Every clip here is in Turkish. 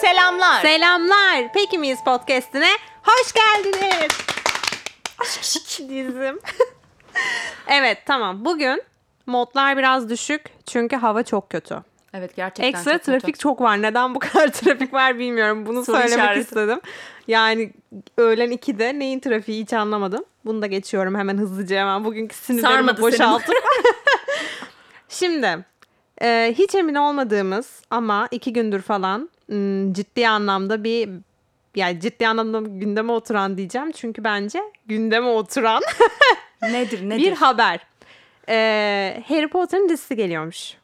Selamlar. Selamlar. Peki miyiz podcast'ine? Hoş geldiniz. Dizim. evet tamam. Bugün modlar biraz düşük çünkü hava çok kötü. evet gerçekten Ekstra çok kötü. trafik çok var. Neden bu kadar trafik var bilmiyorum. Bunu Soru söylemek işareti. istedim. Yani öğlen 2'de neyin trafiği hiç anlamadım. Bunu da geçiyorum hemen hızlıca hemen bugünkü sinirlerimi Sarmadı seni. boşaltıp. Şimdi e, hiç emin olmadığımız ama iki gündür falan m, ciddi anlamda bir yani ciddi anlamda gündeme oturan diyeceğim. Çünkü bence gündeme oturan Nedir nedir? bir haber. E, Harry Potter'ın dizisi geliyormuş.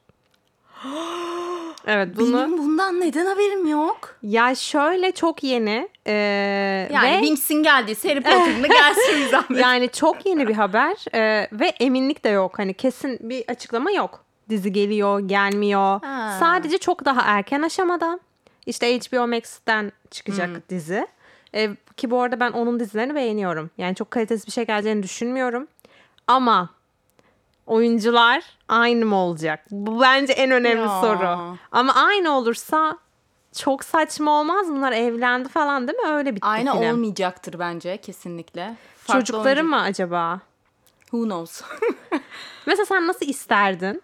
Evet bunu Benim bundan neden haberim yok? ya şöyle çok yeni e, Yani ve Winx'in geldiyse Harry Potter'ın da gelsin bir zahmet. yani çok yeni bir haber e, ve eminlik de yok. Hani kesin bir açıklama yok. Dizi geliyor, gelmiyor. Ha. Sadece çok daha erken aşamada işte HBO Max'ten çıkacak Hmm. dizi. E, ki bu arada ben onun dizilerini beğeniyorum. Yani çok kalitesiz bir şey geleceğini düşünmüyorum. Ama oyuncular aynı mı olacak? Bu bence en önemli Ya. soru. Ama aynı olursa çok saçma olmaz mı? bunlar evlendi falan değil mi? Öyle bitti Aynı film. olmayacaktır bence kesinlikle. Farklı Çocukları oyuncu- mı acaba? Who knows? Mesela sen nasıl isterdin?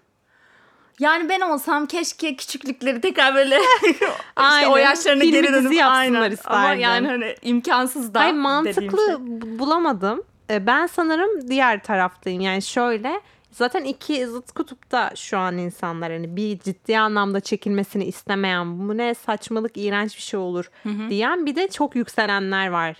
yani ben olsam keşke küçüklükleri tekrar böyle işte Aynen. o yaşlarına Filmi geri dönüp dizi yapsınlar aynen. Ama isterdim. yani hani imkansız da Hayır dediğim mantıklı şey. bu- bulamadım. E, Ben sanırım diğer taraftayım. Yani şöyle zaten iki zıt kutupta şu an insanlar hani bir ciddi anlamda çekilmesini istemeyen bu ne saçmalık iğrenç bir şey olur diyen bir de çok yükselenler var.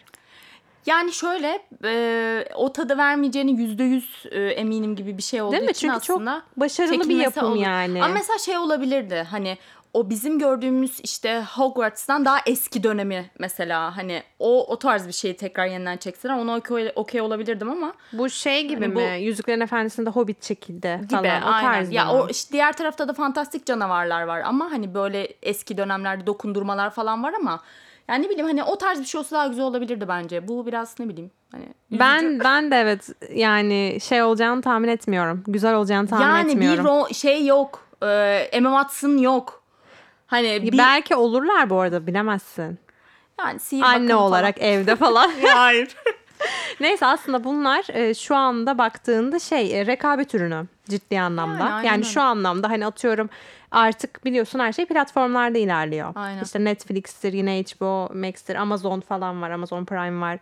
Yani şöyle e, o tadı vermeyeceğini yüzde yüz e, eminim gibi bir şey olduğu Değil mi? için Çünkü aslında. çok başarılı bir çekilmesi yapım olur. yani. Ama mesela şey olabilirdi hani o bizim gördüğümüz işte Hogwarts'tan daha eski dönemi mesela hani o o tarz bir şeyi tekrar yeniden çekseler ona okey okey olabilirdim ama bu şey gibi Hani bu- mi? Yüzüklerin Efendisi'nde Hobbit çekildi gibi falan o aynen. tarzda Ya mı? o işte diğer tarafta da fantastik canavarlar var ama hani böyle eski dönemlerde dokundurmalar falan var ama yani ne bileyim hani o tarz bir şey olsa daha güzel olabilirdi bence. Bu biraz ne bileyim hani üzücü. Ben ben de evet yani şey olacağını tahmin etmiyorum. Güzel olacağını tahmin yani bir etmiyorum. ro- şey yok. Ee, Emma Watson yok. Hani bir Belki olurlar bu arada bilemezsin. yani sihir Anne bakanı olarak evde falan. falan. Hayır. Neyse aslında bunlar e, şu anda baktığında şey e, rekabet ürünü ciddi anlamda. Yani aynen Yani, şu öyle. anlamda hani atıyorum artık biliyorsun her şey platformlarda ilerliyor. Aynen. İşte Netflix'tir yine HBO Max'tir Amazon falan var Amazon Prime var.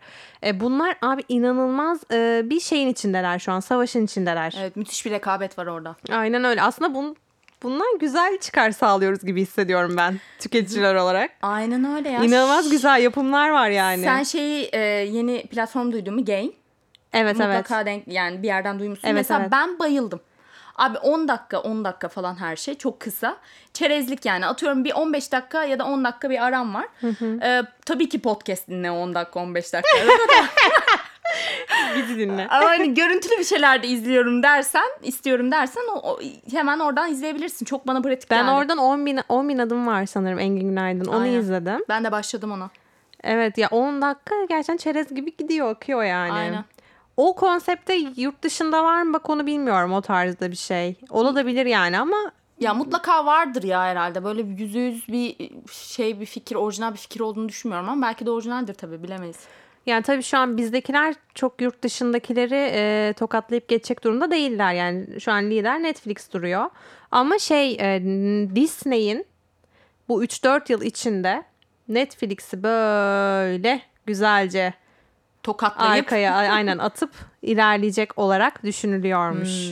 E, bunlar abi inanılmaz e, bir şeyin içindeler şu an savaşın içindeler. Evet müthiş bir rekabet var orada. Aynen öyle aslında bun, bundan güzel çıkar sağlıyoruz gibi hissediyorum ben tüketiciler olarak. Aynen öyle ya. İnanılmaz güzel yapımlar var yani. Sen şeyi e, yeni platform duydun mu? Game. evet evet. Mutlaka denk yani bir yerden duymuşsun. Evet, Mesela evet. ben bayıldım. Abi 10 dakika 10 dakika falan her şey çok kısa. Çerezlik yani atıyorum bir 15 dakika ya da 10 dakika bir aram var. Ee, tabii ki podcast dinle 10 dakika 15 dakika. Bizi dinle. Ama hani görüntülü bir şeyler de izliyorum dersen, istiyorum dersen o, o- hemen oradan izleyebilirsin. Çok bana pratik Ben geldi. oradan 10 bin, 10 bin adım var sanırım Engin Günaydın. Onu Aynen. izledim. Ben de başladım ona. Evet ya 10 dakika gerçekten çerez gibi gidiyor akıyor yani. Aynen. O konsepte yurt dışında var mı bak onu bilmiyorum o tarzda bir şey. Olabilir yani ama Ya mutlaka vardır ya herhalde. Böyle bir yüzde yüz bir şey bir fikir, orijinal bir fikir olduğunu düşünmüyorum ama belki de orijinaldir tabii bilemeyiz. yani tabii şu an bizdekiler çok yurt dışındakileri e, tokatlayıp geçecek durumda değiller. Yani şu an lider Netflix duruyor. Ama şey e, Disney'in bu 3-4 yıl içinde Netflix'i böyle güzelce Tokatlayıp. arkaya a- aynen atıp ilerleyecek olarak düşünülüyormuş.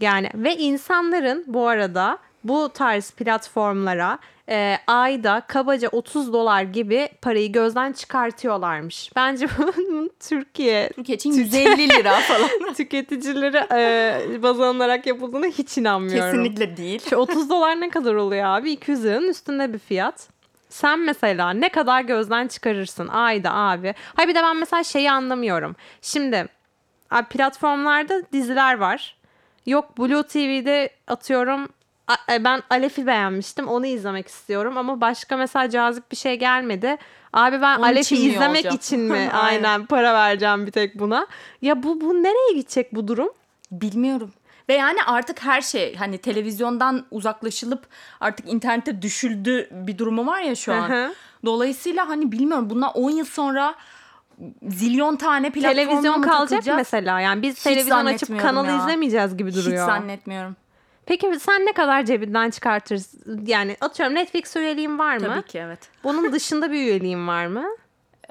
Yani ve insanların bu arada bu tarz platformlara e, ayda kabaca 30 dolar gibi parayı gözden çıkartıyorlarmış. Bence bunun Türkiye Türkiye için 150 lira falan. tüketicileri e, baz alınarak yapıldığına hiç inanmıyorum. Kesinlikle değil. Şu 30 dolar ne kadar oluyor abi? 200 liranın üstünde bir fiyat. Sen mesela ne kadar gözden çıkarırsın ayda abi? Hayır bir de ben mesela şeyi anlamıyorum. Şimdi abi platformlarda diziler var. Yok Blue TV'de atıyorum a- e, ben Alef'i beğenmiştim onu izlemek istiyorum ama başka mesela cazip bir şey gelmedi. Abi ben Onun Alef'i için mi izlemek olacak? için mi Aynen. aynen para vereceğim bir tek buna? Ya bu bu nereye gidecek bu durum? Bilmiyorum. Ve yani artık her şey hani televizyondan uzaklaşılıp artık internete düşüldü bir durumu var ya şu Hı an. hı. Dolayısıyla hani bilmiyorum bundan 10 yıl sonra zilyon tane platformda Televizyon mı kalacak mı takılacağız? mesela yani biz televizyon açıp zannetmiyorum kanalı ya. izlemeyeceğiz gibi Hiç duruyor. zannetmiyorum. Peki sen ne kadar cebinden çıkartırsın? Yani atıyorum Netflix üyeliğin var mı? Tabii ki evet. Bunun dışında bir üyeliğin var mı?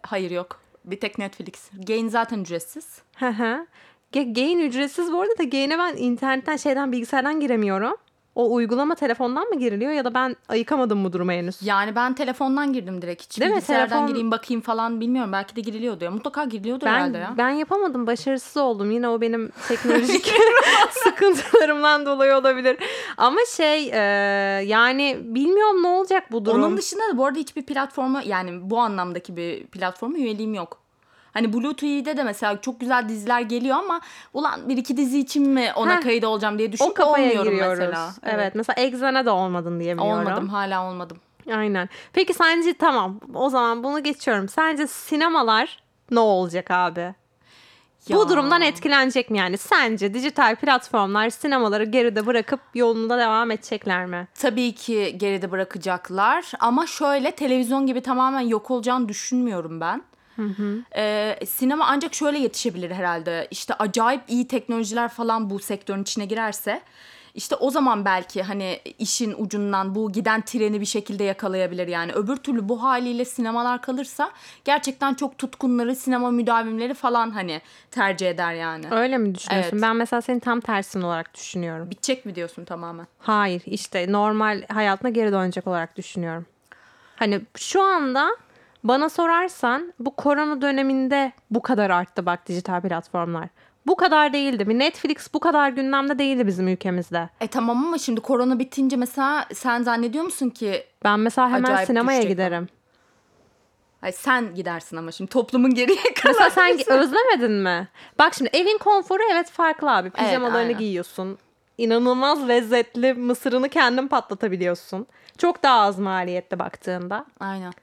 Hayır yok. Bir tek Netflix. Gain zaten ücretsiz. Hı hı. Ge- Gain ücretsiz bu arada da Gain'e ben internetten şeyden bilgisayardan giremiyorum. O uygulama telefondan mı giriliyor ya da ben ayıkamadım bu durumu henüz. Yani ben telefondan girdim direkt. Hiç Değil mi? bilgisayardan Telefon- gireyim bakayım falan bilmiyorum. Belki de giriliyordu ya. Mutlaka giriliyordu Ben herhalde ya. ben yapamadım. Başarısız oldum. Yine o benim teknolojik sıkıntılarımdan dolayı olabilir. Ama şey e, yani bilmiyorum ne olacak bu durum. Onun dışında da bu arada hiçbir platforma yani bu anlamdaki bir platforma üyeliğim yok. Hani Blue TV'de de mesela çok güzel diziler geliyor ama ulan bir iki dizi için mi ona Heh. kayıt olacağım diye düşünüp o kafaya olmuyorum giriyoruz. mesela. Evet. mesela Exxen'e de olmadın diyemiyorum. Olmadım hala olmadım. Aynen. Peki sence tamam o zaman bunu geçiyorum. Sence sinemalar ne olacak abi? Bu Ya. durumdan etkilenecek mi yani? Sence dijital platformlar sinemaları geride bırakıp yolunda devam edecekler mi? Tabii ki geride bırakacaklar ama şöyle televizyon gibi tamamen yok olacağını düşünmüyorum ben. Ee, sinema ancak şöyle yetişebilir herhalde. İşte acayip iyi teknolojiler falan bu sektörün içine girerse işte o zaman belki hani işin ucundan bu giden treni bir şekilde yakalayabilir yani. Öbür türlü bu haliyle sinemalar kalırsa gerçekten çok tutkunları, sinema müdavimleri falan hani tercih eder yani. Öyle mi düşünüyorsun? Evet. Ben mesela seni tam tersini olarak düşünüyorum. Bitecek mi diyorsun tamamen? Hayır işte normal hayatına geri dönecek olarak düşünüyorum. Hani şu anda bana sorarsan bu korona döneminde bu kadar arttı bak dijital platformlar. Bu kadar değildi mi? Netflix bu kadar gündemde değildi bizim ülkemizde. E tamam ama şimdi korona bitince mesela sen zannediyor musun ki Ben mesela hemen Acayip sinemaya düşecek mi? giderim. Ay sen gidersin ama şimdi toplumun geriye kalan. Mesela sen ge- özlemedin mi? Bak şimdi evin konforu evet farklı abi. Pijamalarını aynen. giyiyorsun. İnanılmaz lezzetli mısırını kendin patlatabiliyorsun. Çok daha az maliyette baktığında. Aynen.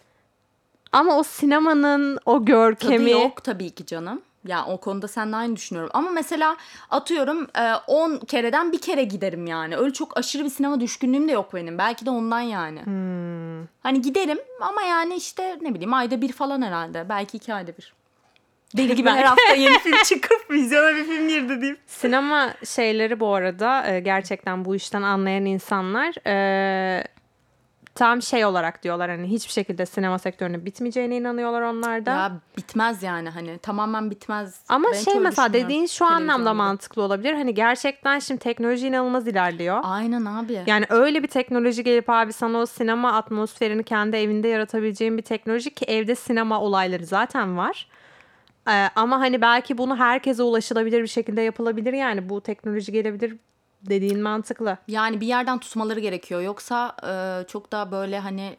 Ama o sinemanın o Tadı görkemi yok tabii ki canım. Ya o konuda seninle aynı düşünüyorum. Ama mesela atıyorum e, 10 kereden bir kere giderim yani. Öyle çok aşırı bir sinema düşkünlüğüm de yok benim. Belki de ondan yani. Hani giderim ama yani işte ne bileyim ayda bir falan herhalde. Belki iki ayda bir. Deli gibi her hafta yeni film çıkıp vizyona bir film girdi diyeyim. Sinema şeyleri bu arada e, gerçekten bu işten anlayan insanlar e, tam şey olarak diyorlar hani hiçbir şekilde sinema sektörünün bitmeyeceğine inanıyorlar onlar da. Ya bitmez yani hani tamamen bitmez. Ama Ben hiç şey öyle mesela düşünmüyorum. dediğin şu anlamda Televizyonda. mantıklı olabilir. Hani gerçekten şimdi teknoloji inanılmaz ilerliyor. Aynen abi. Yani öyle bir teknoloji gelip abi sana o sinema atmosferini kendi evinde yaratabileceğin bir teknoloji ki evde sinema olayları zaten var. Ee, ama hani belki bunu herkese ulaşılabilir bir şekilde yapılabilir yani bu teknoloji gelebilir dediğin mantıklı. Yani bir yerden tutmaları gerekiyor. Yoksa e, çok daha böyle hani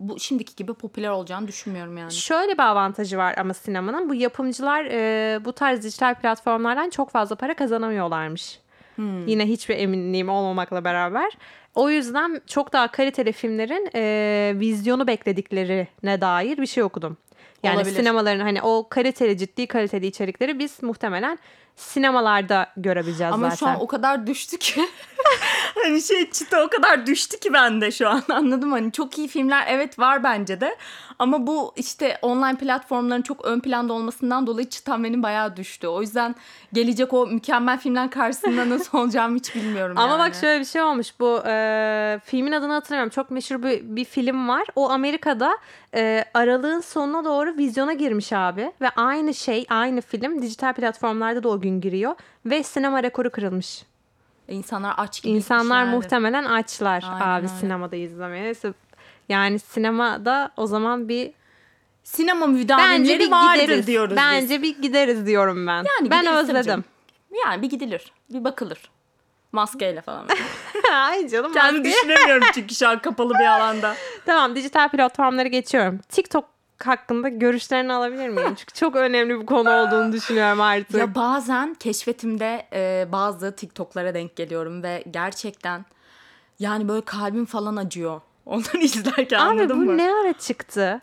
bu şimdiki gibi popüler olacağını düşünmüyorum yani. Şöyle bir avantajı var ama sinemanın bu yapımcılar e, bu tarz dijital platformlardan çok fazla para kazanamıyorlarmış. Hmm. Yine hiçbir eminliğim olmamakla beraber. O yüzden çok daha kaliteli filmlerin e, vizyonu beklediklerine dair bir şey okudum. Yani Olabilir. sinemaların hani o kaliteli ciddi kaliteli içerikleri biz muhtemelen sinemalarda görebileceğiz Ama zaten. şu an o kadar düştü ki. hani şey çıta o kadar düştü ki bende şu an anladım. Hani çok iyi filmler evet var bence de. Ama bu işte online platformların çok ön planda olmasından dolayı çıtam benim bayağı düştü. O yüzden gelecek o mükemmel filmler karşısında nasıl olacağımı hiç bilmiyorum Ama yani. bak şöyle bir şey olmuş bu e, filmin adını hatırlamıyorum çok meşhur bir, bir film var o Amerika'da e, aralığın sonuna doğru vizyona girmiş abi ve aynı şey aynı film dijital platformlarda da o gün giriyor ve sinema rekoru kırılmış. İnsanlar aç gibi İnsanlar gitmişlerdi. muhtemelen açlar Aynen abi öyle. sinemada izlemeye Neyse, yani sinemada o zaman bir Sinema bence bir müdavimleri vardır gideriz diyoruz biz. bence bir gideriz diyorum ben Yani ben gideriz tabii özledim. canım. Yani bir gidilir. Bir bakılır. Maskeyle falan. Ay canım Kendi maskeye- düşünemiyorum çünkü şu an kapalı bir alanda. Tamam dijital platformları geçiyorum. TikTok hakkında görüşlerini alabilir miyim? Çünkü çok önemli bir konu olduğunu düşünüyorum artık. Ya bazen keşfetimde e, bazı TikTok'lara denk geliyorum ve gerçekten yani böyle kalbim falan acıyor. Onları izlerken Abi bu anladın mı? ne ara çıktı?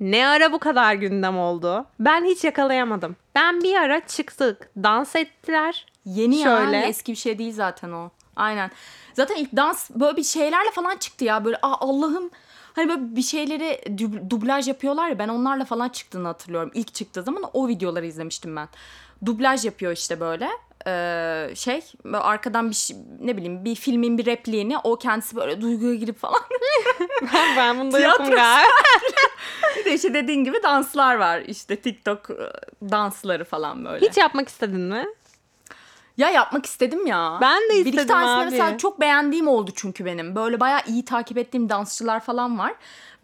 Ne ara bu kadar gündem oldu? Ben hiç yakalayamadım. Ben bir ara çıktık, dans ettiler, Yeni Şöyle. ya eski bir şey değil zaten o. Aynen. Zaten ilk dans böyle bir şeylerle falan çıktı ya böyle "Aa, Allah'ım hani böyle bir şeyleri düb- dublaj yapıyorlar ya ben onlarla falan çıktığını hatırlıyorum. İlk çıktığı zaman o videoları izlemiştim ben. Dublaj yapıyor işte böyle. Ee, şey böyle arkadan bir şey- ne bileyim bir filmin bir repliğini o kendisi böyle duyguya girip falan ben bunda Tiyatro yokum galiba. Bir de işte dediğin gibi danslar var işte TikTok e, dansları falan böyle. Hiç yapmak istedin mi? Ya yapmak istedim ya. Ben de Bir iki istedim tanesini abi. mesela çok beğendiğim oldu çünkü benim. Böyle bayağı iyi takip ettiğim dansçılar falan var.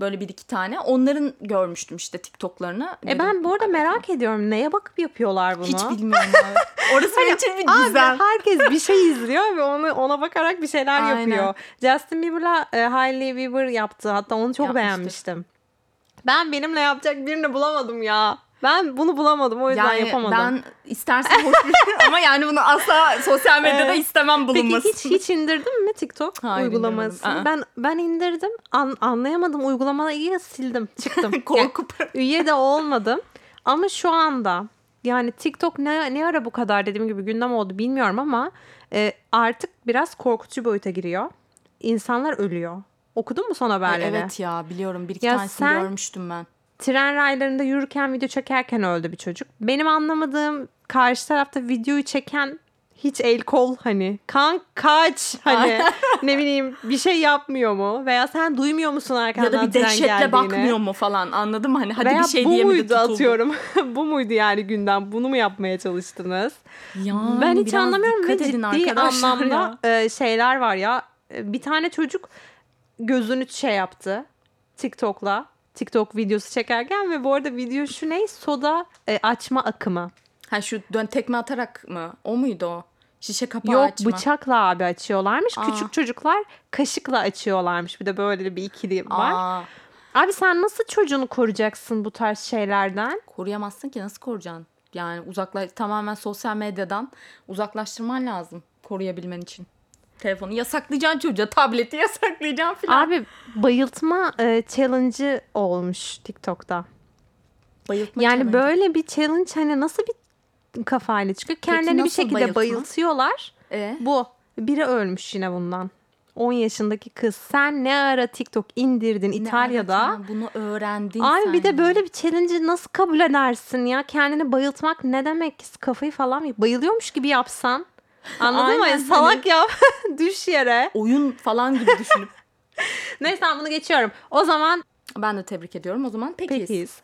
Böyle bir iki tane. Onların görmüştüm işte TikTok'larını. E Dedim, ben bu arada merak ediyorum. Neye bakıp yapıyorlar bunu? hiç bilmiyorum. abi. Hani Orası benim için bir Abi gizem. herkes bir şey izliyor ve onu ona bakarak bir şeyler Aynen. yapıyor. Justin Bieber'la e, Hailey Bieber yaptı. Hatta onu çok Yapmıştır. beğenmiştim. Ben benimle yapacak birini bulamadım ya. Ben bunu bulamadım o yüzden Yani yapamadım. ben istersen hoş bir şey- ama yani bunu asla sosyal medyada Evet. istemem Peki bulunması. hiç hiç indirdin mi TikTok Hayır, uygulamasını? indirmedim. Aa. Ben ben indirdim. An- anlayamadım uygulamayı sildim, çıktım. Yani korkup üye de olmadım. Ama şu anda yani TikTok ne ne ara bu kadar dediğim gibi gündem oldu bilmiyorum ama e, artık biraz korkutucu boyuta giriyor. İnsanlar ölüyor. Okudun mu son Ay, haberleri? evet ya biliyorum bir iki Ya tanesini sen- görmüştüm ben. Tren raylarında yürürken video çekerken öldü bir çocuk. Benim anlamadığım karşı tarafta videoyu çeken hiç el kol hani kan kaç hani ne bileyim bir şey yapmıyor mu veya sen duymuyor musun Ya arkandan da bir tren dehşetle geldiğini? bakmıyor mu falan anladın mı? Hani hadi Veya bir şey bu diyemedi muydu tutuldu. atıyorum. bu muydu yani gündem? Bunu mu yapmaya çalıştınız? Yani ben hiç biraz anlamıyorum ve dikkat edin ciddi arkadaşlar anlamda e, şeyler var ya. E, Bir tane çocuk gözünü şey yaptı TikTok'la. TikTok videosu çekerken ve bu arada video şu ne? Soda e, açma akımı. Ha şu dön tekme atarak mı? O muydu o? Şişe kapağı Yok açma. bıçakla abi açıyorlarmış. Aa. Küçük çocuklar kaşıkla açıyorlarmış. Bir de böyle bir ikili var. Aa, Abi sen nasıl çocuğunu koruyacaksın bu tarz şeylerden? koruyamazsın ki nasıl koruyacaksın? Yani uzaklaş tamamen sosyal medyadan uzaklaştırman lazım koruyabilmen için. Telefonu yasaklayacaksın çocuğa, tableti yasaklayacaksın filan. Abi bayıltma e, challenge'ı olmuş TikTok'ta. Bayıltma Yani challenge. böyle bir challenge hani nasıl bir kafayla çıkıyor? Kendilerini bir nasıl şekilde bayıltma? bayıltıyorlar. E? Bu. Biri ölmüş yine bundan. 10 yaşındaki kız. Sen ne ara TikTok indirdin Ne İtalya'da? alaka? bunu öğrendin Abi sen bir ya. de böyle bir challenge'ı nasıl kabul edersin ya? Kendini bayıltmak ne demek? Kafayı falan bayılıyormuş gibi yapsan. Anladın mı? Aynen. hani Salak yap. Düş yere. oyun falan gibi düşünüp. Neyse ben bunu geçiyorum. O zaman ben de tebrik ediyorum o zaman. Peki. Pekiz.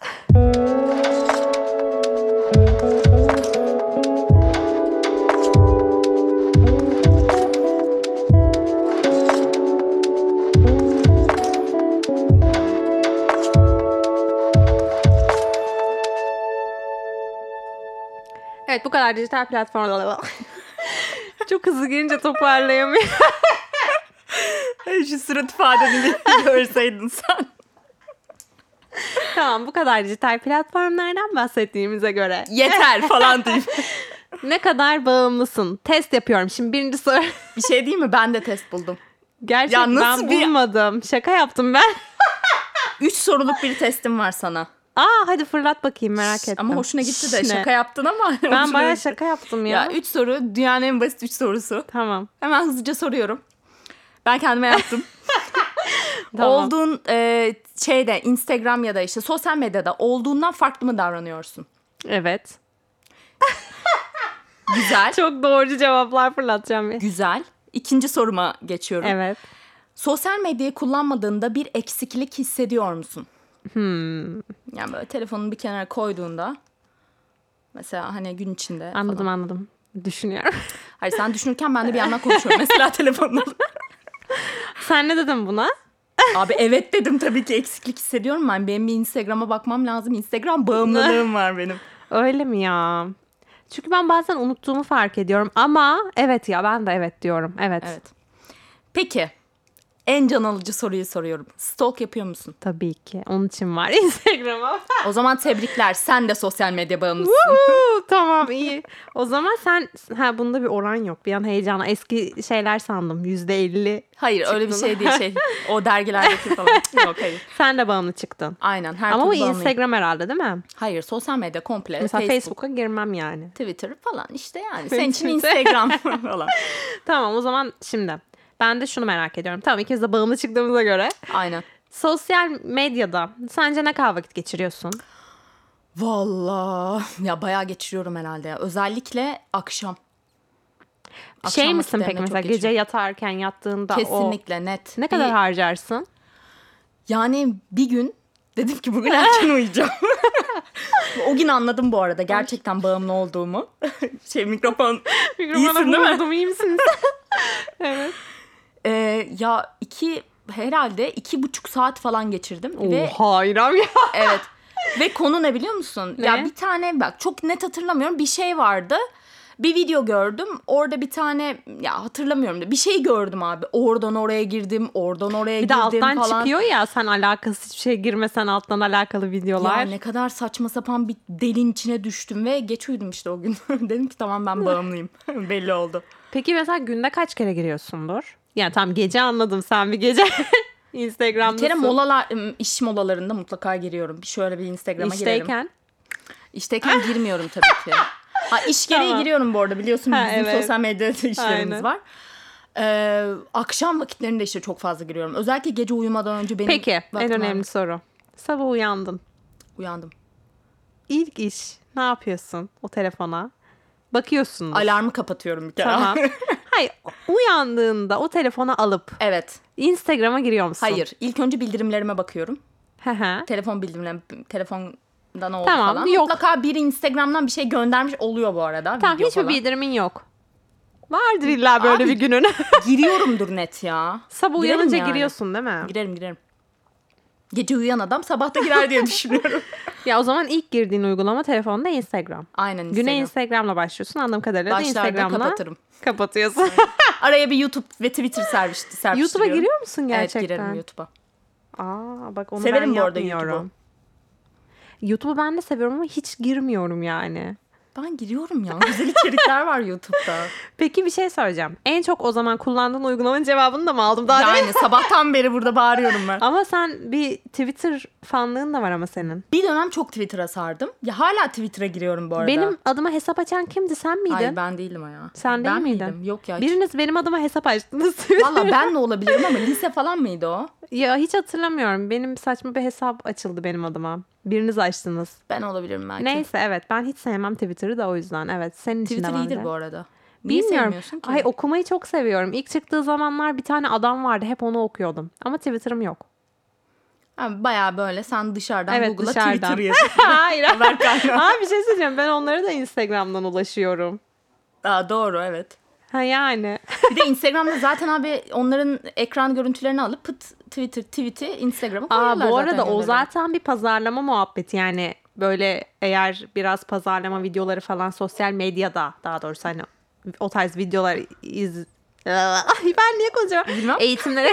Evet bu kadar dijital platformda Çok hızlı gelince toparlayamıyorum. Ay, Şu surat ifadeni bir görseydin sen. tamam bu kadar dijital platformlardan bahsettiğimize göre. Yeter falan deyip. Ne kadar bağımlısın? Test yapıyorum. Şimdi birinci soru. Bir şey değil mi? Ben de test buldum. Gerçekten Ya nasıl ben bir- bulmadım. Şaka yaptım ben. Üç soruluk bir testim var sana. Aa hadi fırlat bakayım merak ettim. Ama hoşuna gitti de Şş, ne? şaka yaptın ama. Ben hoşuna bayağı gitti. şaka yaptım ya. Ya üç soru dünyanın en basit üç sorusu. Tamam. Hemen hızlıca soruyorum. Ben kendime yaptım. Tamam. Olduğun e, şeyde Instagram ya da işte sosyal medyada olduğundan farklı mı davranıyorsun? Evet. Güzel. Çok doğrucu cevaplar fırlatacağım. ya. Güzel. İkinci soruma geçiyorum. Evet. Sosyal medyayı kullanmadığında bir eksiklik hissediyor musun? Hmm. Yani böyle telefonunu bir kenara koyduğunda mesela hani gün içinde falan. Anladım anladım. Düşünüyorum. Hayır sen düşünürken ben de bir yandan konuşuyorum mesela telefonla. Sen ne dedin buna? Abi evet dedim tabii ki eksiklik hissediyorum ben. Benim bir Instagram'a bakmam lazım. Instagram bağımlılığım var benim. Öyle mi ya? Çünkü ben bazen unuttuğumu fark ediyorum ama evet ya ben de evet diyorum. Evet. Evet. Peki. en can alıcı soruyu soruyorum. Stalk yapıyor musun? Tabii ki. Onun için var Instagram'a. O zaman tebrikler. Sen de sosyal medya bağımlısın. Woo! tamam iyi. O zaman sen ha bunda bir oran yok. Bir an heyecana eski şeyler sandım. Yüzde elli. Hayır öyle bir Çıktın. şey değil şey. O dergilerdeki falan. Yok hayır. Sen de bağımlı çıktın. Aynen her Ama bu türlü bağımlıyım. Instagram herhalde değil mi? Hayır sosyal medya komple. Mesela Facebook, Facebook'a girmem yani. Twitter falan işte yani. Senin için kimse- Instagram falan. Tamam o zaman şimdi. Ben de şunu merak ediyorum. Tamam ikimiz de bağımlı çıktığımıza göre. Aynen. Sosyal medyada sence ne kadar vakit geçiriyorsun? Valla ya bayağı geçiriyorum herhalde ya. Özellikle akşam. Akşam şey misin peki vakitlerinde çok mesela gece geçiriyorum. yatarken yattığında o... Kesinlikle net. Ne kadar Bir- harcarsın? Yani bir gün dedim ki bugün erken uyuyacağım. o gün anladım bu arada gerçekten bağımlı olduğumu. şey mikrofon. İyisin değil mi? mi? iyi misin? evet. Ee, ya iki herhalde iki buçuk saat falan geçirdim. Ve Oha İrem ya. evet. Ve konu ne biliyor musun? Ne? Ya bir tane bak çok net hatırlamıyorum bir şey vardı. Bir video gördüm. Orada bir tane ya hatırlamıyorum da bir şey gördüm abi. Oradan oraya girdim, oradan oraya Bir de girdim alttan falan. çıkıyor ya sen alakasız hiçbir şeye girmesen alttan alakalı videolar. Ya ne kadar saçma sapan bir delin içine düştüm ve geç uyudum işte o gün. Dedim ki tamam ben bağımlıyım. Belli oldu. Peki mesela günde kaç kere giriyorsundur? Yani tam gece anladım sen bir gece Instagram'dasın. Bir kere molalar, ım, iş molalarında mutlaka giriyorum. Bir Şöyle bir Instagram'a girerim. İşteyken. İşteyken girmiyorum tabii ki. Ha, iş gereği Tamam. giriyorum bu arada biliyorsun Ha, bizim evet. sosyal medyada işlerimiz Aynen. var. Ee, akşam vakitlerinde işte çok fazla giriyorum. Özellikle gece uyumadan önce benim Peki en vaktim var. önemli soru. Sabah uyandın. Uyandım. İlk iş ne yapıyorsun o telefona? Bakıyorsun. Alarmı kapatıyorum bir kere. Tamam. Hayır uyandığında o telefona alıp evet. Instagram'a giriyor musun? Hayır. İlk önce bildirimlerime bakıyorum. Hı hı. telefon bildirimle telefondan oldu Tamam, falan. yok. Mutlaka biri Instagram'dan bir şey göndermiş oluyor bu arada. tamam video hiçbir falan. bildirimin yok. Vardır illa böyle Abi- bir günün. Giriyorumdur net ya. Sabah Girerim uyanınca yani. giriyorsun değil mi? Girerim girerim. Gece uyuyan adam sabah da girer diye düşünüyorum. Ya o zaman ilk girdiğin uygulama telefonda Instagram. Aynen Instagram. Güne Instagram'la başlıyorsun anladığım kadarıyla da Başlarda Instagram'la kapatırım. kapatıyorsun. Araya bir YouTube ve Twitter servis servis YouTube'a giriyor musun gerçekten? Evet girerim YouTube'a. Aa bak onu Severim ben bu arada yapmıyorum. YouTube'u ben de seviyorum ama hiç girmiyorum yani. Ben giriyorum ya. Güzel içerikler var YouTube'da. Peki bir şey söyleyeceğim. En çok o zaman kullandığın uygulamanın cevabını da mı aldım daha demin? yani sabahtan beri burada bağırıyorum ben. Ama sen bir Twitter fanlığın da var ama senin. Bir dönem çok Twitter'a sardım. Ya hala Twitter'a giriyorum bu arada. Benim adıma hesap açan kimdi? Sen miydin? Hayır ben değilim o ya. Sen değil ben miydin? miydim? Yok ya. hiç. Biriniz benim adıma hesap açtınız. Valla ben de olabilirim ama lise falan mıydı o? ya hiç hatırlamıyorum. Benim saçma bir hesap açıldı benim adıma. Biriniz açtınız. Ben olabilirim belki. Neyse evet ben hiç sevmem Twitter'ı da o yüzden evet senin için Twitter de iyidir bence. bu arada. Niye Bilmiyorum. sevmiyorsun ki? Ay okumayı çok seviyorum. İlk çıktığı zamanlar bir tane adam vardı hep onu okuyordum. Ama Twitter'ım yok. Ha, Bayağı böyle sen dışarıdan Evet, Google'a dışarıdan. Twitter yazıyorsun. Hayır. Haber kaynağı. Abi bir şey söyleyeceğim ben onlara da Instagram'dan ulaşıyorum. Aa, doğru evet. Ha yani. Bir de Instagram'da zaten abi onların ekran görüntülerini alıp pıt Twitter tweet'i Instagram'a koyuyorlar Aa, bu zaten arada o gönderiyorlar. zaten bir pazarlama muhabbeti yani böyle eğer biraz pazarlama videoları falan sosyal medyada daha doğrusu hani o tarz videolar iz Ay, ben niye konuşuyorum? Bilmem. Eğitimlere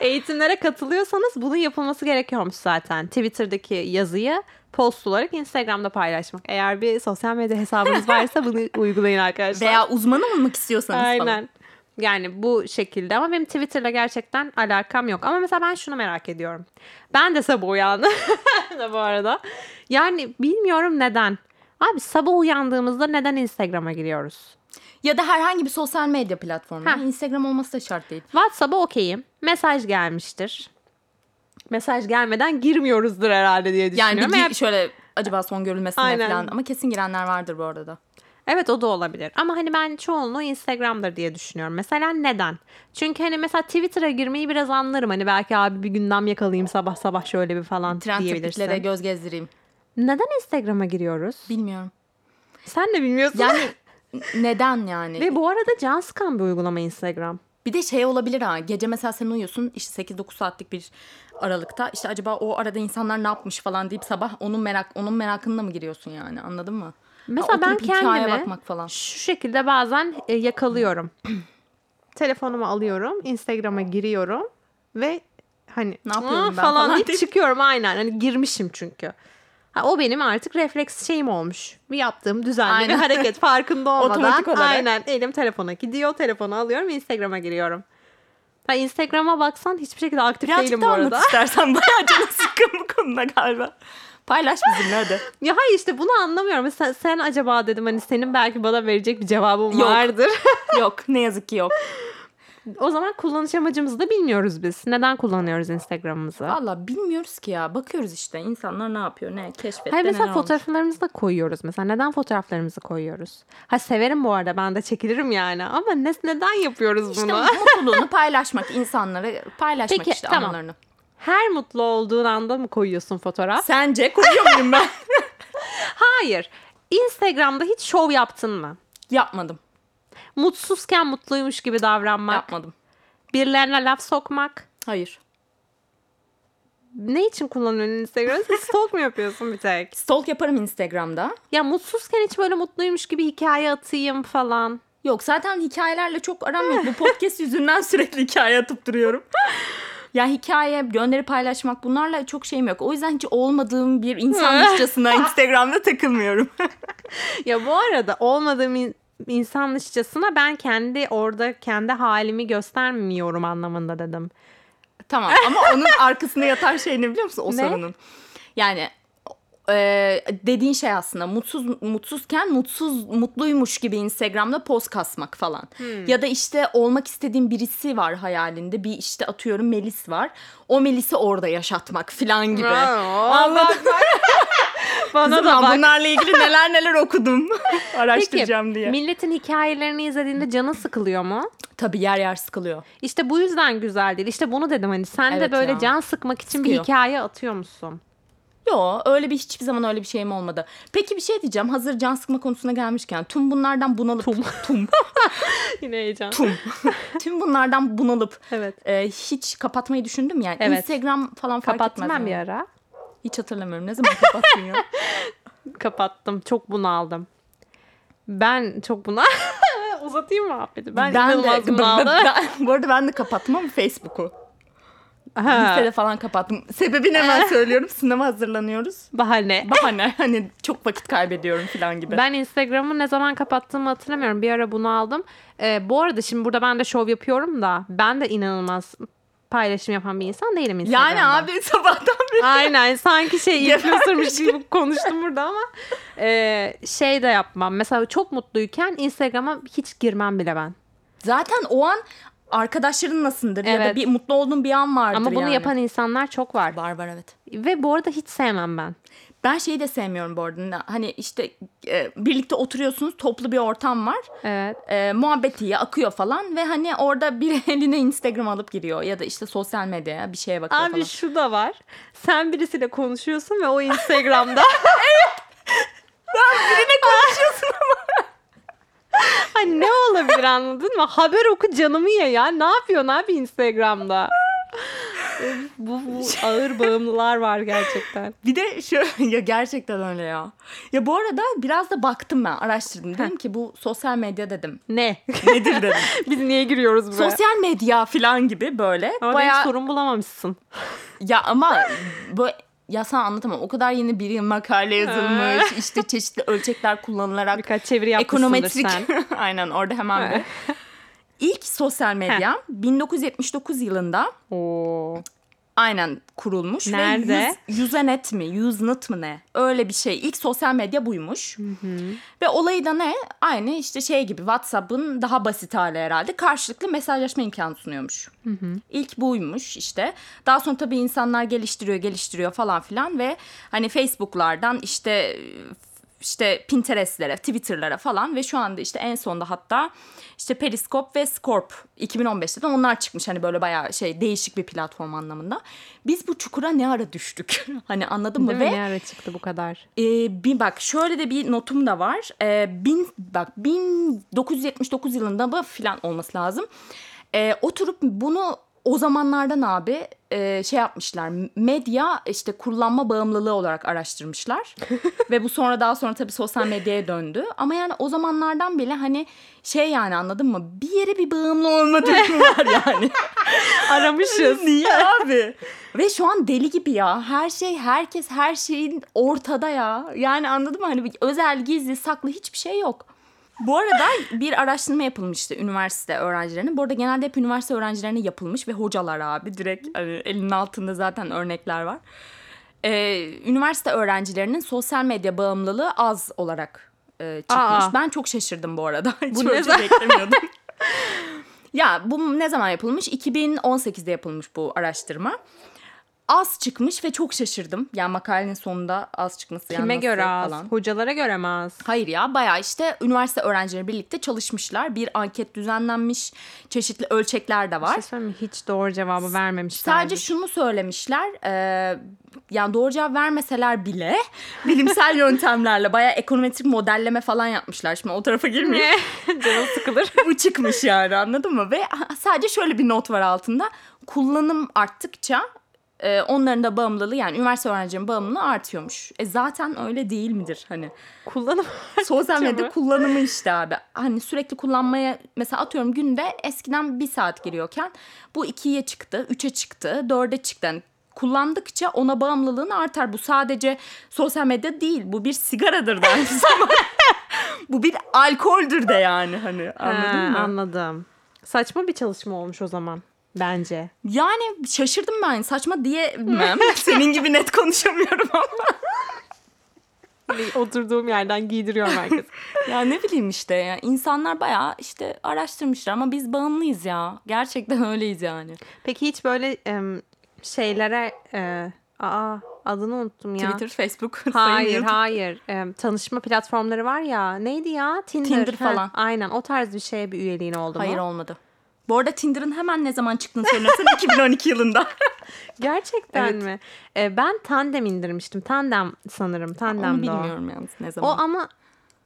eğitimlere katılıyorsanız bunun yapılması gerekiyormuş zaten. Twitter'daki yazıyı post olarak Instagram'da paylaşmak. Eğer bir sosyal medya hesabınız varsa bunu uygulayın arkadaşlar. Veya uzman olmak istiyorsanız falan. Aynen. Yani bu şekilde ama benim Twitter'la gerçekten alakam yok. Ama mesela ben şunu merak ediyorum. Ben de sabah uyandım da bu arada. Yani bilmiyorum neden. Abi sabah uyandığımızda neden Instagram'a giriyoruz? Ya da herhangi bir sosyal medya platformu. Heh. Instagram olması da şart değil. WhatsApp'a okeyim. Mesaj gelmiştir. Mesaj gelmeden girmiyoruzdur herhalde diye Yani bir düşünüyorum. Eğer- gi- şöyle acaba son görülmesine Aynen. falan ama kesin girenler vardır bu arada. Evet o da olabilir. Ama hani ben çoğunluğu Instagram'dır diye düşünüyorum. Mesela neden? Çünkü hani mesela Twitter'a girmeyi biraz anlarım. Hani belki abi bir gündem yakalayayım sabah sabah şöyle bir falan Trend diyebilirsin. triplere göz gezdireyim. Neden Instagram'a giriyoruz? Bilmiyorum. Sen de bilmiyorsun. Yani neden yani? Ve bu arada can sıkan bir uygulama Instagram. Bir de şey olabilir ha. Gece mesela sen uyuyorsun işte 8-9 saatlik bir aralıkta. işte acaba o arada insanlar ne yapmış falan deyip sabah onun merak onun merakında mı giriyorsun yani? Anladın mı? Mesela Ha, ben oturup hikayeye kendimi bakmak falan. şu şekilde bazen e, yakalıyorum. telefonumu alıyorum. Instagram'a giriyorum ve hani Ne yapıyorum "Aa" ben falan, falan deyip deyip- çıkıyorum aynen. Hani girmişim çünkü. Ha, o benim artık refleks şeyim olmuş. Bir yaptığım düzenli bir Aynen. hareket farkında olmadan. Otomatik olarak. Aynen elim telefona gidiyor. Telefonu alıyorum Instagram'a giriyorum. Ha, Instagram'a baksan hiçbir şekilde aktif değilim Birazcık bu daha arada. anlat istersen. Bayağı canı sıkkın bu konuda galiba. Paylaş bizimle hadi. Ya hayır işte bunu anlamıyorum. Sen, sen acaba dedim hani senin belki bana verecek bir cevabın Yok. vardır. yok ne yazık ki yok. o zaman kullanış amacımızı da bilmiyoruz biz. Neden kullanıyoruz Instagram'ımızı? Valla bilmiyoruz ki ya. Bakıyoruz işte insanlar ne yapıyor ne keşfetti Hayır mesela neler olmuş. fotoğraflarımızı da koyuyoruz mesela. Neden fotoğraflarımızı koyuyoruz? Ha severim bu arada ben de çekilirim yani. Ama ne, neden yapıyoruz bunu? İşte mutluluğunu paylaşmak insanlara paylaşmak Peki, işte tamam. anılarını. Her mutlu olduğun anda mı koyuyorsun fotoğraf? Sence koyuyor muyum ben? Hayır. Instagram'da hiç şov yaptın mı? Yapmadım. Mutsuzken mutluymuş gibi davranmak, Yapmadım. birilerine laf sokmak. Hayır. Ne için kullanıyorsun Instagram'ı? Sen Stalk mu yapıyorsun bir tek? Stalk yaparım Instagram'da. Ya mutsuzken hiç böyle mutluymuş gibi hikaye atayım falan. Yok zaten hikayelerle çok aram yok. Bu podcast yüzünden sürekli hikaye atıp duruyorum. ya hikaye, gönderi paylaşmak bunlarla çok şeyim yok. O yüzden hiç olmadığım bir insanmışçasına Instagram'da takılmıyorum. Ya bu arada olmadığım in- insanmışçasına ben kendi orada kendi halimi göstermiyorum anlamında dedim. tamam ama onun arkasında yatan şey ne biliyor musun? O Ne? sorunun. Yani e, dediğin şey aslında mutsuz mutsuzken mutsuz mutluymuş gibi Instagram'da poz kasmak falan. Ya da işte olmak istediğin birisi var hayalinde. Bir işte atıyorum Melis var. O Melis'i orada yaşatmak falan gibi. Allah Bana Kızım da ben bak. bunlarla ilgili neler neler okudum. Peki Araştıracağım diye. milletin hikayelerini izlediğinde canın sıkılıyor mu? Tabii yer yer sıkılıyor. İşte bu yüzden güzel değil. İşte bunu dedim hani sen de Evet böyle ya. can sıkmak için bir Sıkıyor. hikaye atıyor musun? Yo öyle bir hiçbir zaman öyle bir şeyim olmadı. Peki bir şey diyeceğim hazır can sıkma konusuna gelmişken tüm bunlardan bunalıp tum tum Yine heyecan. tüm bunlardan bunalıp Evet. e, hiç kapatmayı düşündüm yani Evet. Instagram falan fark Kapattım etmez. ben bir yani. ara. Hiç hatırlamıyorum ne zaman kapattın ya? Kapattım. Çok bunaldım. Ben çok buna uzatayım mı muhabbeti? Ben, inanılmaz ben- bunaldım. ben- bu arada ben de kapattım ama Facebook'u. Ha. Lisede falan kapattım. Sebebini hemen söylüyorum. Sınava hazırlanıyoruz. bahane. Bahane hani çok vakit kaybediyorum falan gibi. Ben Instagram'ı ne zaman kapattığımı hatırlamıyorum. Bir ara bunu aldım. Ee, bu arada şimdi burada ben de şov yapıyorum da ben de inanılmaz paylaşım yapan bir insan değilim Instagram'da. Yani abi sabahtan beri Aynen sanki şey influencermış gibi konuştum burada ama ee, şey de yapmam. Mesela çok mutluyken Instagram'a hiç girmem bile ben. Zaten o an arkadaşların nasıldır ya Evet. da bir mutlu olduğun bir an vardır Ama bunu yani. yapan insanlar çok var. var var evet. Ve bu arada hiç sevmem ben. Ben şeyi de sevmiyorum bu arada. Hani işte e, birlikte oturuyorsunuz toplu bir ortam var. Evet. E, muhabbet iyi akıyor falan ve hani orada bir eline Instagram alıp giriyor ya da işte sosyal medyaya bir şeye bakıyor Abi falan. şu da var. Sen birisiyle konuşuyorsun ve o Instagram'da. Birine konuşuyorsun. Hani ne olabilir anladın mı? Haber oku canımı ye ya. Ne yapıyorsun abi Instagram'da? Öf, bu, bu ağır bağımlılar var gerçekten. bir de şu ya gerçekten öyle ya. Ya bu arada biraz da baktım ben araştırdım. Dedim ki bu sosyal medya dedim. Ne? Nedir dedim. Biz niye giriyoruz buraya? sosyal medya falan gibi böyle. Ama bayağı benim sorun bulamamışsın. Ya ama bu ya sana anlatamam. O kadar yeni bir makale yazılmış. işte çeşitli ölçekler kullanılarak Birkaç çeviri yapmışsındır ekonometrik. sen. Aynen orada hemen bir. İlk sosyal medya 1979 yılında Oo. aynen kurulmuş. Nerede? Ve yüz- Usenet mi? Usenet mi ne? Öyle bir şey. İlk sosyal medya buymuş. Ve olayı da ne? Aynı işte şey gibi WhatsApp'ın daha basit hali herhalde. Karşılıklı mesajlaşma imkanı sunuyormuş. İlk buymuş işte. Daha sonra tabii insanlar geliştiriyor geliştiriyor falan filan ve hani Facebook'lardan işte işte Pinterest'lere, Twitter'lara falan ve şu anda işte en sonda hatta işte Periscope ve Scorp 2015'te de onlar çıkmış. Hani böyle bayağı şey değişik bir platform anlamında. Biz bu çukura ne ara düştük? hani anladın mı? Değil ve mi? Ne ara çıktı bu kadar? ee, bir bak şöyle de bir notum da var. Ee, bin bak 1979 yılında bu filan olması lazım. Ee, oturup bunu o zamanlardan abi e, şey yapmışlar medya işte kullanma bağımlılığı olarak araştırmışlar ve bu sonra daha sonra tabii sosyal medyaya döndü ama yani o zamanlardan bile hani şey yani anladın mı bir yere bir bağımlı olma durumu var yani. Aramışız. Niye abi? Ve şu an deli gibi ya. Her şey, herkes, her şeyin ortada ya. Yani anladın mı? Hani bir özel, gizli, saklı hiçbir şey yok. Bu arada bir araştırma yapılmıştı üniversite öğrencilerine. Bu arada genelde hep üniversite öğrencilerine yapılmış ve hocalar abi direkt hani elinin altında zaten örnekler var. Ee, üniversite öğrencilerinin sosyal medya bağımlılığı az olarak e, çıkmış. Aa. Ben çok şaşırdım bu arada. Hiç Bu böyle ne bir şey beklemiyordum. Ya bu ne zaman yapılmış? 2018'de yapılmış bu araştırma. Az çıkmış ve çok şaşırdım. Yani makalenin sonunda az çıkması. yani Kime nasıl göre az? Falan. Hocalara göre mi az? Hayır ya bayağı işte üniversite öğrencileri birlikte çalışmışlar. Bir anket düzenlenmiş. Çeşitli ölçekler de Bir var. şey söyleyeyim mi? Hiç doğru cevabı vermemişler. Sadece şunu söylemişler. e, yani doğru cevap vermeseler bile bilimsel yöntemlerle bayağı ekonometrik modelleme falan yapmışlar. Şimdi o tarafa girmeyeyim. Canım sıkılır. bu çıkmış yani anladın mı? Ve sadece şöyle bir not var altında. Kullanım arttıkça e, onların da bağımlılığı yani üniversite öğrencilerinin bağımlılığı artıyormuş. E zaten öyle değil midir hani? Kullanım. Sosyal medya mı? kullanımı işte abi. Hani sürekli kullanmaya mesela atıyorum günde eskiden bir saat giriyorken bu ikiye çıktı, üçe çıktı, dörde çıktı. Hani kullandıkça ona bağımlılığın artar. Bu sadece sosyal medya değil. Bu bir sigaradır da aynı zamanda. bu bir alkoldür de yani hani anladın Ha, mı? Anladım. Saçma bir çalışma olmuş o zaman. Bence. Yani şaşırdım ben. Saçma diyemem. Senin gibi net konuşamıyorum ama. Oturduğum yerden giydiriyorum herkes. Ya ne bileyim işte ya. İnsanlar bayağı işte araştırmışlar ama biz bağımlıyız ya. Gerçekten öyleyiz yani. Peki hiç böyle em, şeylere... e, aa adını unuttum ya. Twitter, Facebook. Hayır sayın hayır. Em, tanışma platformları var ya. Neydi ya? Tinder. Tinder Ha, falan. aynen o tarz bir şeye bir üyeliğin oldu mu? Hayır olmadı. Bu arada Tinder'ın hemen ne zaman çıktığını söylersen 2012 yılında. Gerçekten Evet. mi? E, ben tandem indirmiştim. Tandem sanırım. Tandem Onu bilmiyorum yalnız ne O zaman. ama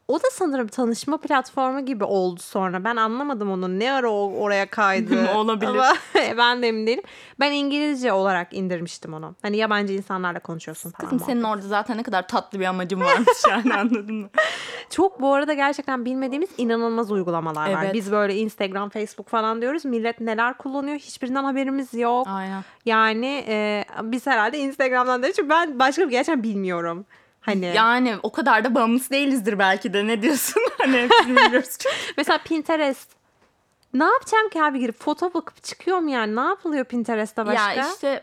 o da sanırım tanışma platformu gibi oldu sonra. Ben anlamadım onun ne ara o- oraya kaydı. Olabilir. Ama ben de emin değilim. Ben İngilizce olarak indirmiştim onu. Hani yabancı insanlarla konuşuyorsun falan. Kızım senin orada zaten ne kadar tatlı bir amacın varmış yani anladın mı? Çok bu arada gerçekten bilmediğimiz inanılmaz uygulamalar var. Evet. Biz böyle Instagram, Facebook falan diyoruz. Millet neler kullanıyor hiçbirinden haberimiz yok. Aynen. Yani e, biz herhalde Instagram'dan değil. Çünkü ben başka bir gerçekten bilmiyorum. Hani Yani o kadar da bağımlısı değilizdir belki de ne diyorsun? Hani hepsini biliyoruz çünkü. mesela Pinterest. Ne yapacağım ki abi girip foto bakıp çıkıyorum yani. Ne yapılıyor Pinterest'te başka? Ya işte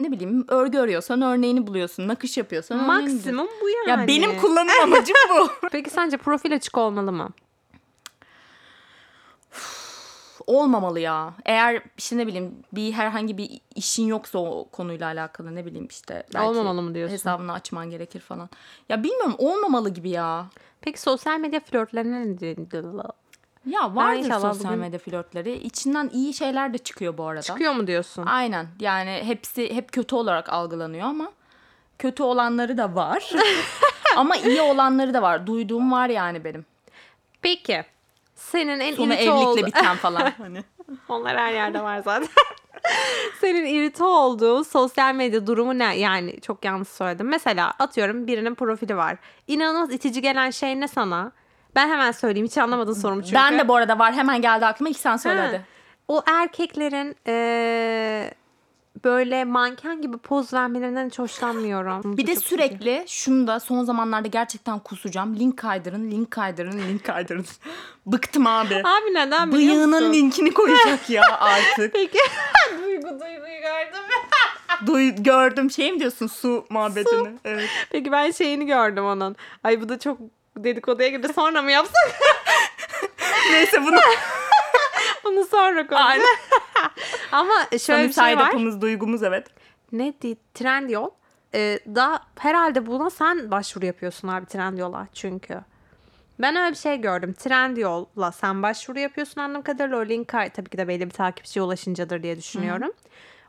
ne bileyim örgü örüyorsan örneğini buluyorsun. Nakış yapıyorsan örneğini buluyorsun. Maksimum bu yani. hmm. Ya benim kullanım amacım bu. Peki sence profil açık olmalı mı? Olmamalı ya. Eğer işte ne bileyim bir herhangi bir işin yoksa o konuyla alakalı ne bileyim işte. belki Olmamalı mı diyorsun? Hesabını açman gerekir falan. Ya bilmiyorum olmamalı gibi ya. Peki sosyal medya flörtlerine ne diyor- Ya vardır inşallah sosyal bugün- medya flörtleri. İçinden iyi şeyler de çıkıyor bu arada. Çıkıyor mu diyorsun? Aynen yani hepsi hep kötü olarak algılanıyor ama kötü olanları da var. ama iyi olanları da var. Duyduğum var yani benim. Peki. Senin en Sonu irite evlilikle oldu- biten falan. hani. Onlar her yerde var zaten. Senin irite olduğun sosyal medya durumu ne? Yani çok yanlış söyledim. Mesela atıyorum birinin profili var. İnanılmaz itici gelen şey ne sana? Ben hemen söyleyeyim. Hiç anlamadın sorumu çünkü. Ben de bu arada var hemen geldi aklıma iki sen söyle Ha. hadi. O erkeklerin eee, böyle manken gibi poz vermelerinden hiç hoşlanmıyorum. Bir Bu de çok sürekli şunu da son zamanlarda gerçekten kusacağım. Link kaydırın, link kaydırın, link kaydırın. Bıktım abi. üzücü. Abi neden biliyor Bıyığının musun? linkini koyacak ya artık. Peki. Duygu duyguyu gördüm. Duy, gördüm şey mi diyorsun su muhabbetini? Evet. Peki ben şeyini gördüm onun. Ay bu da çok dedikoduya girdi. Sonra mı yapsak? Neyse bunu Bunu sonra konuşalım. Ama şöyle Hani bir şey var. side-up'ımız, duygumuz evet. Ne di Trendyol. Ee, daha herhalde buna sen başvuru yapıyorsun abi Trendyol'a çünkü. Ben öyle bir şey gördüm. Trendyol'la sen başvuru yapıyorsun anladığım kadarıyla. O link kay- tabii ki de belli bir takipçiye ulaşıncadır diye düşünüyorum.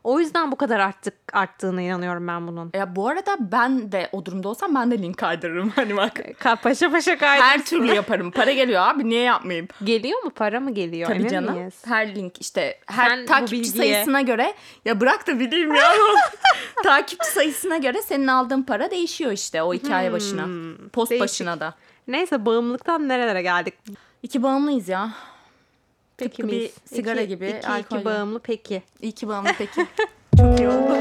O yüzden bu kadar arttık arttığına inanıyorum ben bunun. Ya bu arada ben de o durumda olsam ben de link kaydırırım hani bak. Ka- Paşa paşa kaydı. Her türlü yaparım. Para geliyor abi niye yapmayayım? Geliyor mu para mı geliyor? Tabii Emin canım. miyiz? Her link işte her Sen bu takipçi bilgiye- sayısına göre ya bırak da bileyim ya. takipçi sayısına göre senin aldığın para değişiyor işte o hikaye başına. Post Hmm, değişik. başına da. Neyse bağımlılıktan nerelere geldik? İki bağımlıyız ya. Tıpkı bir miyiz? sigara İki- gibi, iki, alkol iki gibi. bağımlı peki. İyi ki bağımlı peki. Çok iyi oldu.